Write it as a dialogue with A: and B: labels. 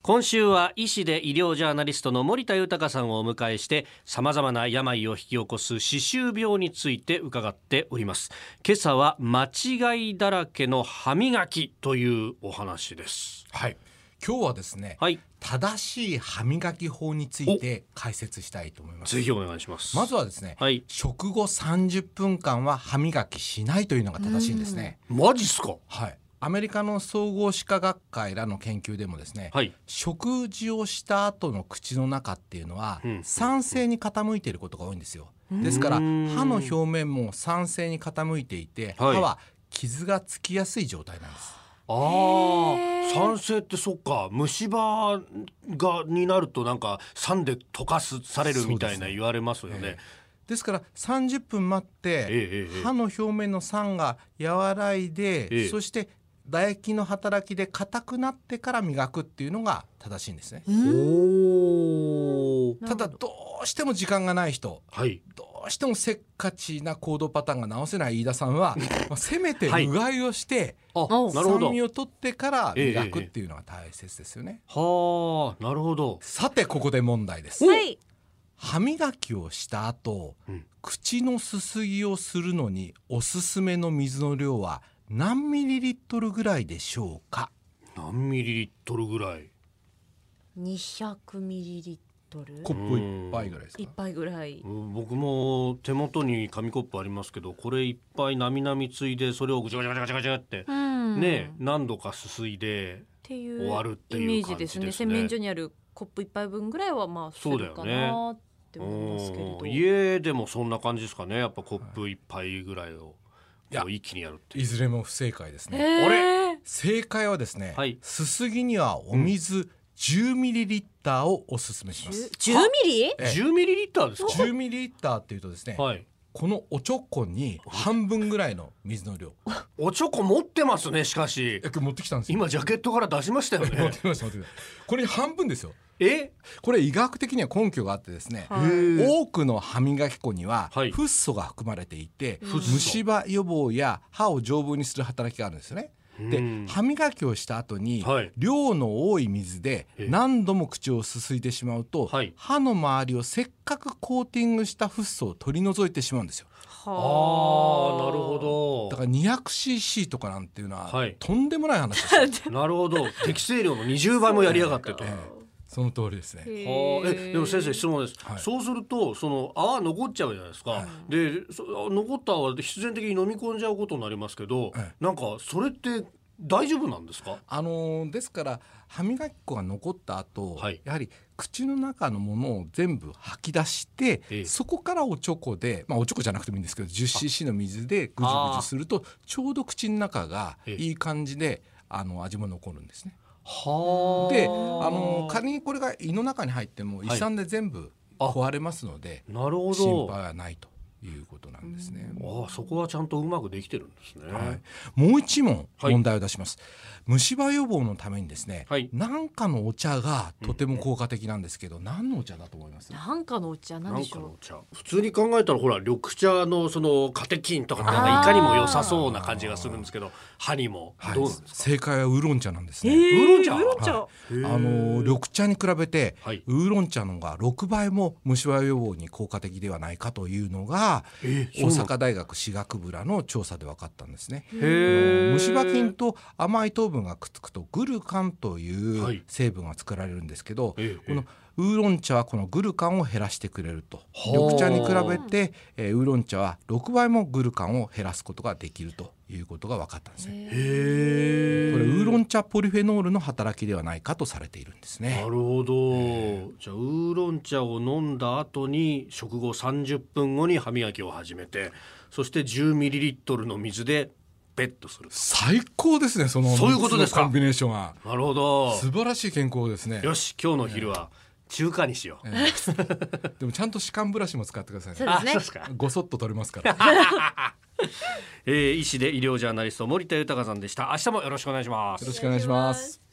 A: 今週は医師で医療ジャーナリストの森田豊さんをお迎えしてさまざまな病を引き起こす歯周病について伺っております今朝は間違いだらけの歯磨きというお話です
B: はい。今日はですね、
A: はい
B: 正しい歯磨き法について解説したいと思います
A: ぜ。ひお願いします
B: まずはですね、
A: はい
B: 食後30分間は歯磨きしないというのが正しいんですね。
A: マジっすか
B: はい。アメリカの総合歯科学会らの研究でもですね、
A: はい
B: 食事をした後の口の中っていうのは
A: うん
B: 酸性に傾いていることが多いんですよ。ですから
A: う
B: 歯
A: ん
B: の表面も酸性に傾いていて、
A: はい
B: 歯は傷がつきやすい状態なんです。
A: あー酸性ってそっか虫歯がになるとなんか酸で溶かすされるみたい
B: そ
A: な
B: うですね
A: 言われますよね
B: ええですから30分待って、
A: ええええ
B: 歯の表面の酸が和らいで、
A: ええ
B: そして唾液の働きで硬くなってから磨くっていうのが正しいんですね。
A: おー
B: ただどうしても時間がない人
A: はい
B: どうしてもせっかちな行動パターンが直せない飯田さん はまあせめて
A: はいう
B: がいをして、
A: あ
C: お
A: なるほ
B: 酸
A: ど
B: 味を取ってから
A: ええ
B: 磨く
A: ええ
B: っていうのが大切ですよね。
A: はあなるほど
B: さてここで問題です。
C: はい。
B: 歯磨きをした後、
A: うん
B: 口のすすぎをするのにおすすめの水の量は何ミリリットルぐらいでしょうか
A: 何ミリリットルぐらい
C: 200ミリリットル。
B: コップ一杯ぐらいです
C: 一
B: か
C: 杯ぐらい。
A: うん僕も手元に紙コップありますけどこれいっぱいなみなみついでそれをぐちゃぐちゃぐちゃぐちゃって
C: うん
A: ねえ何度かすすいで
C: っていう
A: 終わるっていう
C: イメージですね
A: 感じですね
C: 洗面所にあるコップ一杯分ぐらいはまあする
A: そ
C: か
A: うだよ
C: なって思いますけれど。
A: うん家でもそんな感じですかねやっぱコップ一杯ぐらいを
B: いや
A: こう一気にやるっていう
B: いずれも不正解です
C: え
B: ね、
C: ー
A: あ
B: 正解はですね、
A: はい
B: すすぎにはお水10ミリリッターをおすすめします
C: 10ミリ？
B: ええ
A: 10ミリリッターです
B: 10ミリリッターっていうとですね、
A: かはい
B: このおちょこに半分ぐらいの水の量
A: おちょこ持ってますねしかし
B: え今日持ってきたんですよ
A: 今ジャケットから出しましたよ
B: 持っ
A: ね
B: てきました持ってきましたこれ半分ですよ
A: え
B: これ医学的には根拠があってですね、
C: はい
B: 多くの歯磨き粉には
A: はい
B: フッ素が含まれていて、
A: フッ素
B: 虫歯予防や歯を丈夫にする働きがあるんですよね。で
A: うん
B: 歯磨きをした後に、
A: はい
B: 量の多い水で
A: ええ
B: 何度も口をすすいてしまうと、
A: はい
B: 歯の周りをせっかくコーティングしたフッ素を取り除いてしまうんですよ
A: あ
C: は
A: ーなるほ
B: だから 200cc とかなんていうのは、
A: はい
B: とんでもない話ですよ
A: どなるほど適正量の20倍もやりやがってと。
B: ええその通りですね
C: へ
A: はあ、えでも先生質問です、
B: はい
A: そうするとその泡残っちゃうじゃないですか、でそ残った泡で必然的に飲み込んじゃうことになりますけど、
B: え
A: なんかそれって大丈夫なんですか
B: あのーですから歯磨き粉が残った後、
A: はい
B: やはり口の中のものを全部吐き出して、
A: ええ
B: そこからおちょこで、まあ、おちょこじゃなくてもいいんですけど 10cc の水でぐじゅぐじゅするとちょうど口の中が
A: ええ
B: いい感じで、あの味も残るんですね。
A: は
B: で、あのー仮にこれが胃の中に入っても胃
A: はい
B: 酸で全部
A: あ
B: 壊れますので、
A: なるほど
B: 心配はないということなんですね。
A: ああそこはちゃんとうまくできてるんですね、
B: はい、もう一問
A: はい
B: 問題を出します、虫歯予防のためにですね、
A: はい
B: なんかのお茶がとても効果的なんですけど、何のお茶だと思います
C: なんかのお茶なん
A: な
C: で
A: ん
C: し
A: か
C: ょ
A: の茶普通に考えたらほら緑茶のそのカテキンとかってなんかいかにも良さそうな感じがするんですけど歯にも
B: はい
A: どうなんですか、
B: 正解はウーロン茶なんです
C: う。
B: ね、
A: ウーロン茶
C: ウーロン茶。
B: あの緑茶に比べて、
A: はい
B: ウーロン茶の方が6倍も虫歯予防に効果的ではないかというのが、
A: えー
B: 大阪大学歯学部らの調査で分かったんですね。
A: へー
B: 虫歯菌と甘い糖分がくっつくとグルカンとい
A: は
B: う
A: い
B: 成分が作られるんですけど、
A: ええ
B: このウーロン茶はこのグルカンを減らしてくれると
A: はあ
B: 緑茶に比べて、えーウーロン茶は6倍もグルカンを減らすことができるということが分かったんですね。
A: へえ
B: これウーロン茶ポリフェノールの働きではないかとされているんです
A: な
B: ね。
A: るほど、じゃあウーロン茶を飲んだ後に食後30分後に歯磨きを始めてそして10ミリリットルの水でベッとする
B: 最高ですねその
A: そういうことですか
B: 三つのコンビネーションは
A: なるほど
B: 素晴らしい健康ですね。
A: よし今日の昼は中華にしよう、
B: でもちゃんと歯間ブラシも使ってください
C: そ
B: ね
C: う。です
A: あ
C: ね
A: そうですか、
B: ごそっと取れますから。
A: えー医師で医療ジャーナリスト森田豊さんでした明日もよろしくお願いします
B: よろしくお願いします。